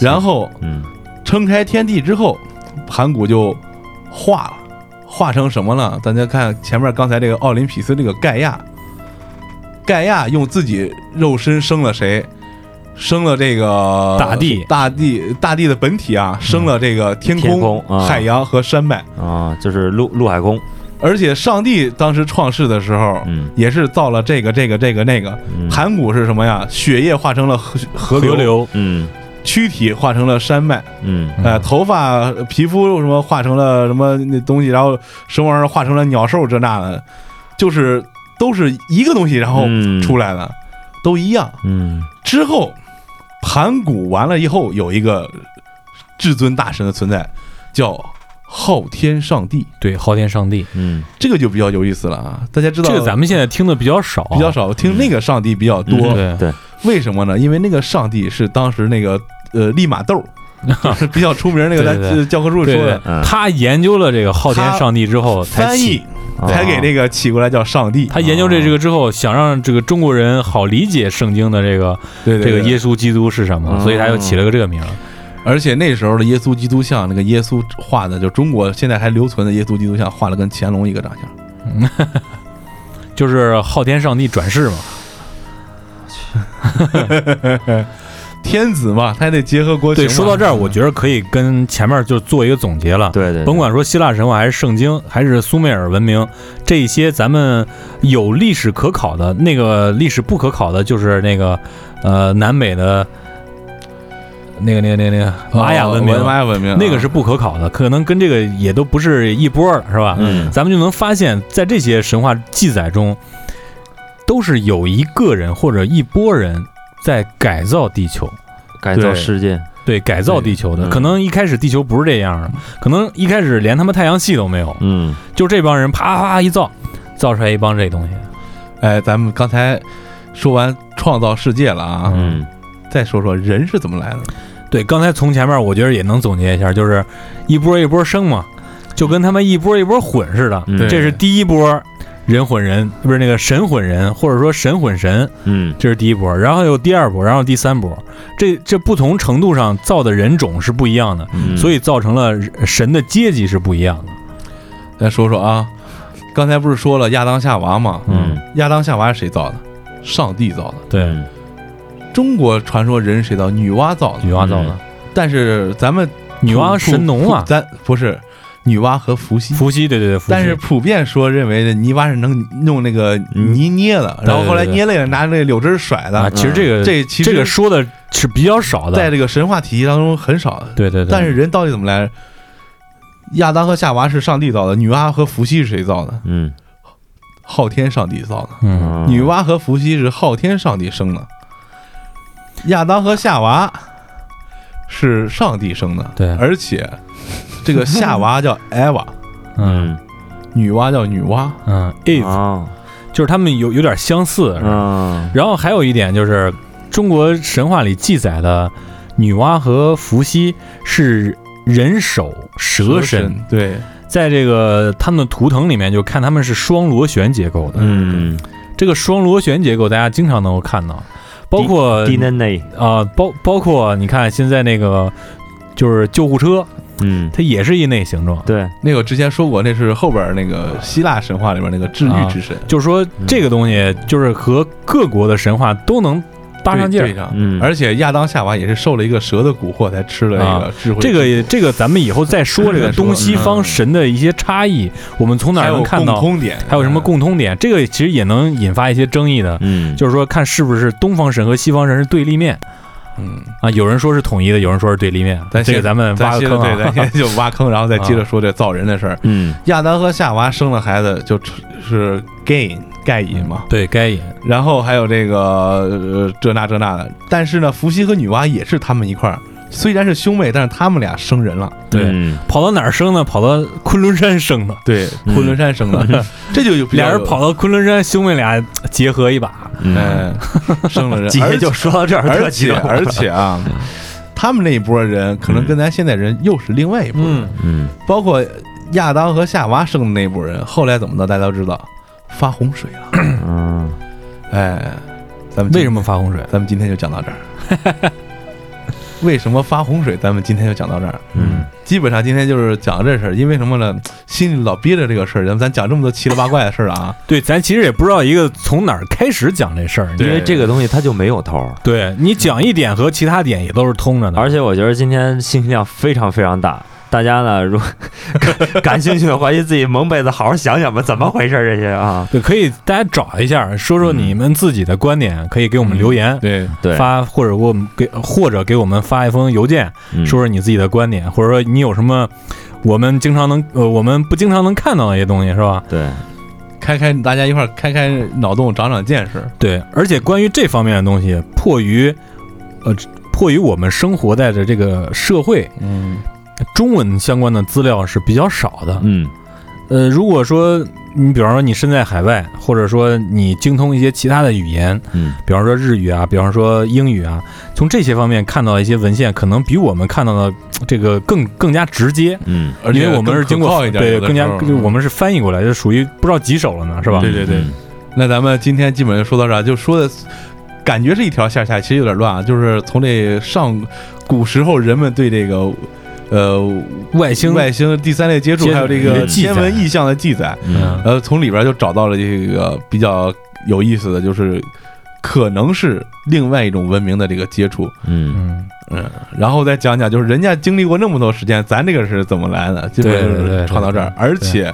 然后嗯撑开天地之后，盘古就化了，化成什么了？大家看前面刚才这个奥林匹斯这个盖亚，盖亚用自己肉身生了谁？生了这个大地大地，大地的本体啊，生了这个天空、天空啊海洋和山脉。啊，就是陆陆海空，而且上帝当时创世的时候，嗯，也是造了这个、这个、这个、那个。嗯盘古是什么呀？血液化成了河河流，流，嗯躯体化成了山脉，嗯呃，头发、皮肤什么化成了什么那东西，然后什么玩意儿化成了鸟兽这那的，就是都是一个东西，然后嗯出来的，都一样。嗯之后，盘古完了以后，有一个至尊大神的存在，叫昊天上帝，对，昊天上帝，嗯这个就比较有意思了啊！大家知道这个咱们现在听的比较少，啊比较少，听那个上帝比较多。嗯对对为什么呢？因为那个上帝是当时那个呃利玛窦，就是 <laughs> 比较出名那个对对咱对教科书说对的对，嗯，他研究了这个昊天上帝之后，才翻起译才给个这个起过来叫上帝。他研究这这个之后，想让这个中国人好理解圣经的这个对这对个对耶稣基督是什么，嗯所以他又起了个这个名儿。而且那时候的耶稣基督像，那个耶稣画的，就中国现在还留存的耶稣基督像，画的跟乾隆一个长相。就是昊天上帝转世嘛，天子嘛，他还得结合国情对，嘛。说到这儿，我觉得可以跟前面就做一个总结了。对对，甭管说希腊神话还是圣经，还是苏美尔文明，这些咱们有历史可考的，那个历史不可考的，就是那个呃南美的那个那个那个那个玛雅文明，哦玛雅文明啊那个是不可考的，可能跟这个也都不是一波儿的，是吧？嗯咱们就能发现，在这些神话记载中，都是有一个人或者一波人在改造地球。改造对世界，对，改造地球的，嗯可能一开始地球不是这样的，可能一开始连他妈太阳系都没有，嗯就这帮人啪啪一造，造出来一帮这东西。哎，咱们刚才说完创造世界了啊，嗯再说说人是怎么来的。对，刚才从前面我觉得也能总结一下，就是一波一波生嘛，就跟他们一波一波混似的。嗯对这是第一波人混人，不是那个神混人，或者说神混神，嗯这是第一波。然后有第二波，然后第三波，这这不同程度上造的人种是不一样的，嗯，所以以造成了神的阶级是不一样的。再说说啊，刚才不是说了亚当夏娃吗？嗯亚当夏娃是谁造的？上帝造的。对，嗯中国传说人是谁造？女娲造的。女娲造的，但是咱们女娲普神农啊普，咱不是女娲和伏 <laughs> 羲。伏羲，对对对，伏羲但是普遍说认为泥巴是能用那个泥捏的，嗯对然后后来对对捏累了拿那个柳枝甩啊，的。其实这个这其实这个说的是比较少的，在这个神话体系当中很少的。对对对，但是人到底怎么来？亚当和夏娃是上帝造的，女娲和伏羲是谁造的？嗯啊昊天上帝造的。嗯，女娲和伏羲是昊天上帝生的，亚当和夏娃是上帝生的。对而且这个夏娃叫艾娃，嗯嗯女娲叫女娲。嗯，is 啊就是他们有有点相似，啊嗯然后还有一点就是中国神话里记载的女娲和伏羲是人首蛇身，对，在这个他们的图腾里面就看他们是双螺旋结构的，嗯这个双螺旋结构大家经常能够看到，包括嗯，DNA，啊、包包括你看现在那个就是救护车，嗯它也是一类形状。对，那个我之前说过，那是后边那个希腊神话里边那个治愈之神就是说嗯这个东西就是和各国的神话都能搭上劲对儿。上。嗯而且亚当夏娃也是受了一个蛇的蛊惑，才吃了啊一个智慧之这果。个这个，咱们以后再说这个再 <laughs> 说嗯东西方神的一些差异，我们从哪还儿有能看到共通嗯点？还有什么共通点？这个其实也能引发一些争议的，嗯就是说看是不是东方神和西方神是对立面嗯？啊？有人说是统一的，有人说是对立面，咱这个先咱们咱挖个接着坑对，啊咱。先就挖坑，然后再接着说这造人的事儿。嗯亚当和夏娃生了孩子就是盖因盖因嘛，对，该引然后还有这个呃这那这那的，但是呢，伏羲和女娲也是他们一块儿，虽然是兄妹，但是他们俩生人了，对，嗯跑到哪儿生呢？跑到昆仑山生的。对，昆仑山生的， <laughs> 这就有比嗯较俩人跑，到昆仑山，兄妹俩结合一把，嗯，哎，生 <laughs> 了人，今而天且就说到这儿，而特激且动而且啊，嗯他们那一波人可能跟咱现在人又是另外一波人，嗯，嗯包括亚当和夏娃生的那一波人，后来怎么的，大家都知道，发洪水了，嗯哎，咱们今为什么发洪水？ <laughs> 咱们今天就讲到这儿。为什么发洪水，咱们今天就讲到这儿。嗯，基本上今天就是讲这事儿，因为什么呢？心里老憋着这个事儿，咱咱讲这么多奇了八怪的事儿啊，对，咱其实也不知道一个从哪儿开始讲这事儿。对因为这个东西它就没有头儿。对你讲一点和其他点也都是通着的，而且我觉得今天信息量非常非常大，大家呢，如果感感兴趣的话，就自己蒙被子好好想想吧，怎么回事儿这些啊？对，可以大家找一下，说说你们自己的观点，可以给我们留言，嗯对，对，发或者给我们给或者给我们发一封邮件，嗯说说你自己的观点，或者说你有什么我们经常能呃我们不经常能看到的一些东西，是吧？对，开开大家一块儿开开脑洞，长长见识。对，而且关于这方面的东西，迫于呃迫于我们生活在的这个社会，嗯，中文相关的资料是比较少的，嗯呃，如果说你比方说你身在海外，或者说你精通一些其他的语言，嗯，比方说日语啊，比方说英语啊，从这些方面看到一些文献，可能比我们看到的呃这个更更加直接，嗯，而因且为我们是经更可靠过一点，对有的更加时候嗯就我们是翻译过来，就属于不知道几手了呢，是吧？对对对嗯那咱们今天基本上说到这儿，就说的感觉是一条线下，其实有点乱啊。就是从这上古时候人们对这个呃外星外星第三类接触，接触还有这一个个记载天文异象的记载，嗯呃，从里边就找到了这个比较有意思的，就是可能是另外一种文明的这个接触。嗯嗯，嗯，然后再讲讲，就是人家经历过那么多时间，咱这个是怎么来的？基本对就对对是传到这儿对。而且，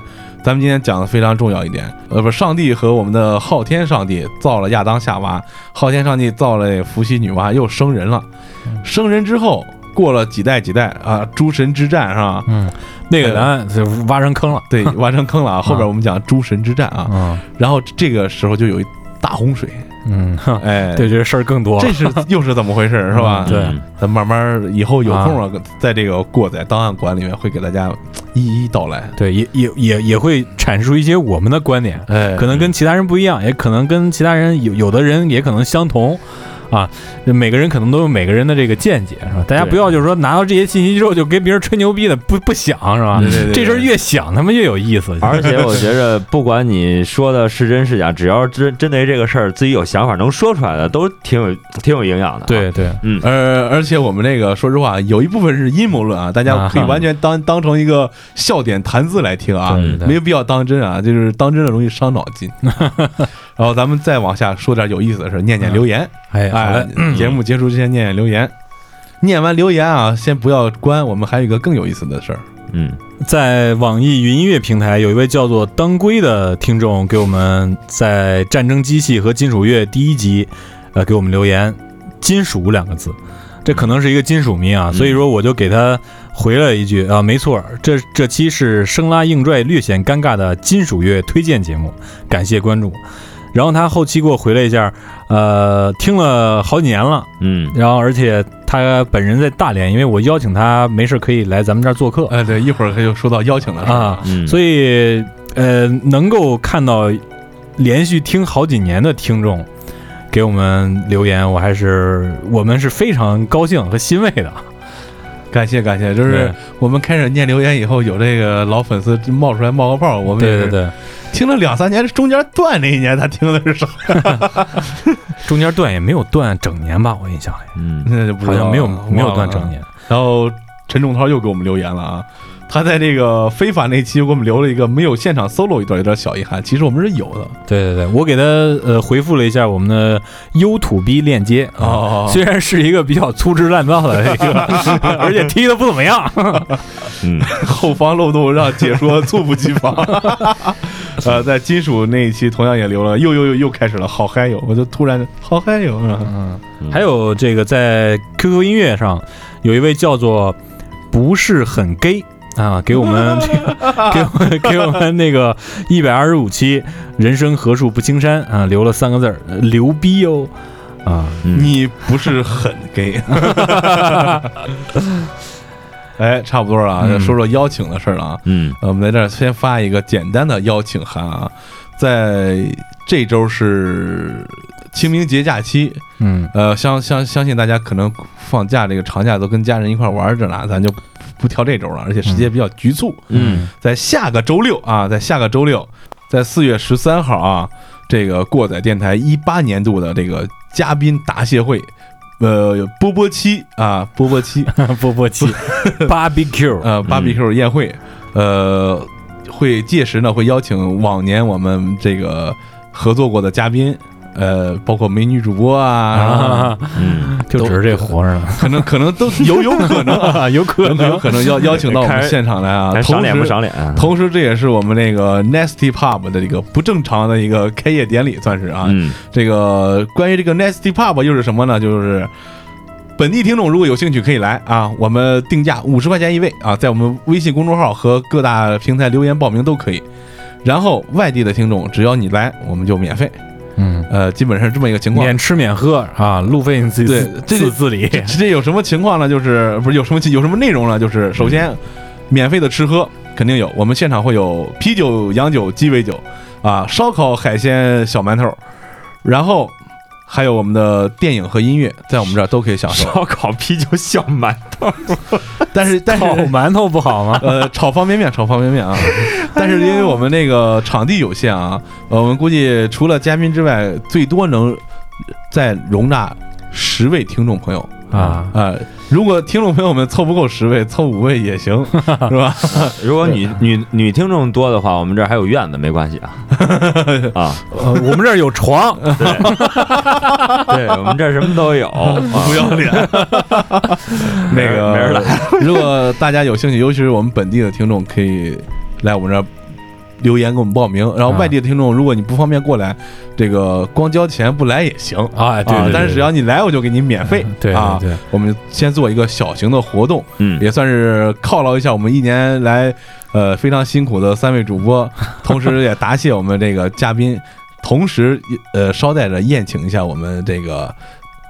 咱们今天讲的非常重要一点，呃，不，上帝和我们的昊天上帝造了亚当夏娃，昊天上帝造了伏羲女娲，又生人了。嗯生人之后，过了几代几代啊，诸神之战是吧？嗯，那个咱就挖人坑了， <laughs> 对，完成坑了啊。后边我们讲诸神之战啊，嗯然后这个时候就有一大洪水， <laughs> 嗯，哼哎，对，，这事儿更多了这，是又是怎么回事是吧？嗯对咱慢慢以后有啊空了，在这个过载档案馆里面会给大家一一道来。对，也也也也会阐述一些我们的观点，哎可能跟其他人不一样，也可能跟其他人有有的人也可能相同，啊，每个人可能都有每个人的这个见解，是吧？大家对不要就是说拿到这些信息之后就跟别人吹牛逼的不不想是吧对？对对，这事儿越想他妈越有意思，而且我觉着，不管你说的是真是假，只要针针对这个事儿自己有想法，能说出来的，都挺有挺有营养的。，啊对对，呃，而且我们这个说实话，有一部分是阴谋论啊，大家可以完全当当成一个笑点谈资来听啊，对对没有必要当真啊，就是当真了容易伤脑 <laughs> 筋。然后咱们再往下说点有意思的事，念念留言。哎，好哎嘞，，节目结束之前念念留言。念完留言啊，先不要关，我们还有一个更有意思的事儿。嗯，在网易云音乐平台有一位叫做当归的听众给我们在《战争机器》和《金属乐》第一集，呃，给我们留言“金属”两个字，这可能是一个金属迷啊，所以说我就给他回了一句啊，没错儿，这这期是生拉硬拽、略显尴尬的金属乐推荐节目，感谢关注。然后他后期给我回了一下，呃，听了好几年了，嗯，然后而且他本人在大连，因为我邀请他没事儿可以来咱们这儿做客。哎，对，一会儿他就说到邀请的事儿哦啊，嗯，所以，以呃，能够看到连续听好几年的听众给我们留言，我还是我们是非常高兴和欣慰的。感谢感谢，就是对我们开始念留言以后，有这个老粉丝冒出来冒个泡，我们也对对是对，听了两三年，中间断了一年，他听的是啥？中间断也没有断整年吧，我印象里嗯，那就不知 <laughs> 好道像了没有没有断整。忘了年。 <laughs> 然后陈仲涛又给我们留言了啊，他在这个非法那期给我们留了一个没有现场 solo 一段，有点小遗憾。其实我们是有的 <laughs> 对对对，我给他呃回复了一下我们的优土逼链接啊。哦虽然是一个比较粗制滥造的 <laughs> 一个，而且踢的不怎么样，嗯，后方漏洞让解说猝不及 <laughs> 防。呃，在金属那一期同样也留了，又又又又开始了，好嗨哟！我就突然好嗨哟，嗯嗯，还有这个在 QQ 音乐上有一位叫做不是很 gay 啊，给我们这个给我们给我们那个一百二十五期人生何处不青山啊，留了三个字儿呃牛逼哟啊，嗯你不是很 gay。哎，差不多了啊，嗯说说邀请的事儿了啊。嗯呃我们在这儿先发一个简单的邀请函啊，在这周是清明节假期，嗯，呃，相相相信大家可能放假这个长假都跟家人一块儿玩着呢，咱就不挑这周了，而且时间比较局促。嗯在下个周六啊，在下个周六，在四月十三号啊，这个过载电台一八年度的这个嘉宾答谢会。呃有波波七啊，波波七 <laughs> 钵钵鸡，barbecue，呃 barbecue 宴会，呃，会届时呢会邀请往年我们这个合作过的嘉宾。呃，包括美女主播啊，然后啊，嗯，就只是这活着呢，可能可能都有有可能啊，有可有可能有可能邀邀请到我们现场来 <laughs> 啊，咱同赏脸不时赏脸啊？同时，这也是我们这个 Nasty Pub 的这个不正常的一个开业典礼，算是啊。嗯，这个关于这个 Nasty Pub 又是什么呢？就是本地听众如果有兴趣可以来啊，我们定价五十块钱一位啊，在我们微信公众号和各大平台留言报名都可以。然后外地的听众，只要你来，我们就免费。嗯，呃，基本上是这么一个情况。免吃免喝啊，路费你自己对自这自自理， <laughs> <laughs> 这有什么情况呢？就是呃不是有什么有什么内容呢？就是首先，免费的吃喝肯定有，我们现场会有啤酒、洋酒、鸡尾酒，啊，烧烤、海鲜、小馒头，然后还有我们的电影和音乐，在我们这儿都可以享受。烧烤、啤酒、小馒 <laughs> 但是但烤是哦馒头不好 <laughs> 吗？呃，炒方便面，炒方便面啊！但是因为我们那个场地有限啊，呃，我们估计除了嘉宾之外，最多能再容纳十位听众朋友。啊，啊、如果听众朋友们凑不够十位，凑五位 <laughs> 也行，是吧？头。 <laughs> 如果女女女听众多的话，我们这儿还有院子，没关系啊。啊，呃我们这儿有床，对，对我们这儿什么都有，不要脸。那没人个，来， <laughs> 如果大家有兴趣，尤其是我们本地的听众，可以来我们这儿留言给我们报名。然后啊外地的听众，如果你不方便过来，这个光交钱不来也行。 <laughs> 啊，对啊对，但是只要你来，我就给你免费。 <laughs> 对啊对，对，我们先做一个小型的活动，嗯，也算是犒劳一下我们一年来呃非常辛苦的三位主播，同时也答谢我们这个嘉宾，同时呃捎带着宴请一下我们这个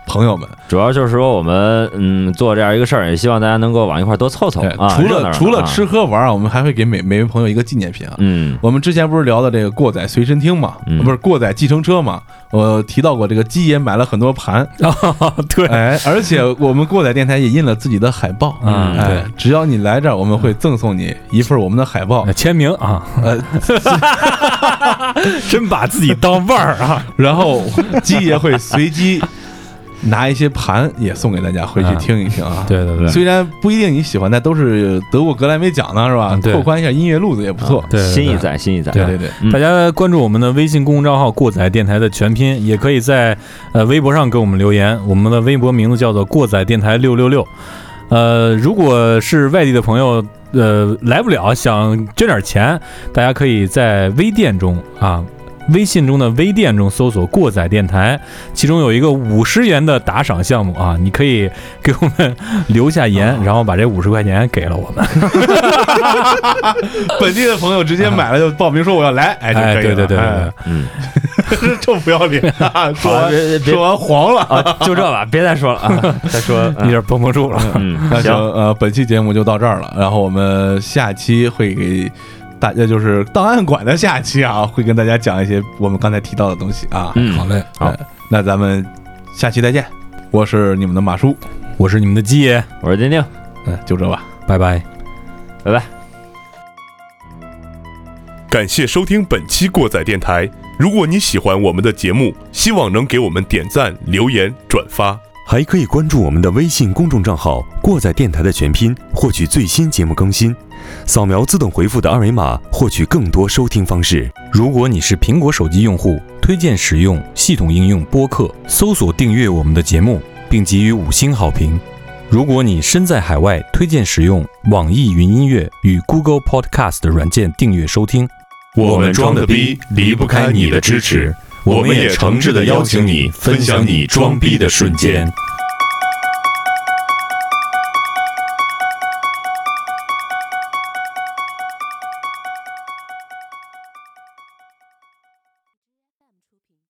朋友们。主要就是说我们嗯做这样一个事儿，也希望大家能够往一块儿多凑凑对，啊。除热闹热了闹除了啊吃，喝玩儿啊，我们还会给每每位朋友一个纪念品啊。嗯我们之前不是聊的这个过载随身听嘛，嗯不是过载计程车嘛？我提到过这个鸡爷买了很多盘，啊 <laughs> 对，哎，而且我们过载电台也印了自己的海报，嗯哎对，，只要你来这儿，我们会赠送你一份我们的 <laughs> 海报那，签名啊，呃，真把自己当腕儿啊，然后鸡爷会随机拿一些盘也送给大家，回去听一听啊。 <laughs> 对对嗯对，虽然不一定你喜欢，但都是得过格莱美奖呢，是吧嗯？对拓宽一下音乐路子也不错。对对新对一载，新一载，对对对，嗯大家关注我们的微信公众账号“过载电台”的全拼，也可以在呃微博上给我们留言。我们的微博名字叫做“过载电台六六六”。呃，如果是外地的朋友，呃，来不了，想捐点钱，大家可以在微店中啊，微信中的微店中搜索“过载电台”，其中有一个五十元的打赏项目啊，你可以给我们留下言，嗯然后把这五十块钱给了我们。本地的朋友直接买了就报名说我要来，哎，就哎，可以对了。对对对对 <laughs> 哎，，嗯，臭不要脸，啊说好，完别别别说完黄了。啊，就这吧，别再说了啊，再说哎有点绷不住了。那 <laughs> 嗯，行，行，呃，本期节目就到这儿了，然后我们下期会给大家就是档案馆的下期啊，会跟大家讲一些我们刚才提到的东西啊。嗯，好嘞，好哎那咱们下期再见，我是你们的马叔，我是你们的鸡爷，我是丁丁，嗯，就这吧。拜拜。拜拜。感谢收听本期过载电台。如果你喜欢我们的节目，希望能给我们点赞、留言、转发。还可以关注我们的微信公众账号“过载电台”的全拼，获取最新节目更新。扫描自动回复的二维码，获取更多收听方式。如果你是苹果手机用户，推荐使用系统应用播客，搜索订阅我们的节目，并给予五星好评。如果你身在海外，推荐使用网易云音乐与 Google Podcast 的软件订阅收听。我们装的逼离不开你的支持，我们也诚挚地邀请你分享你装逼的瞬间。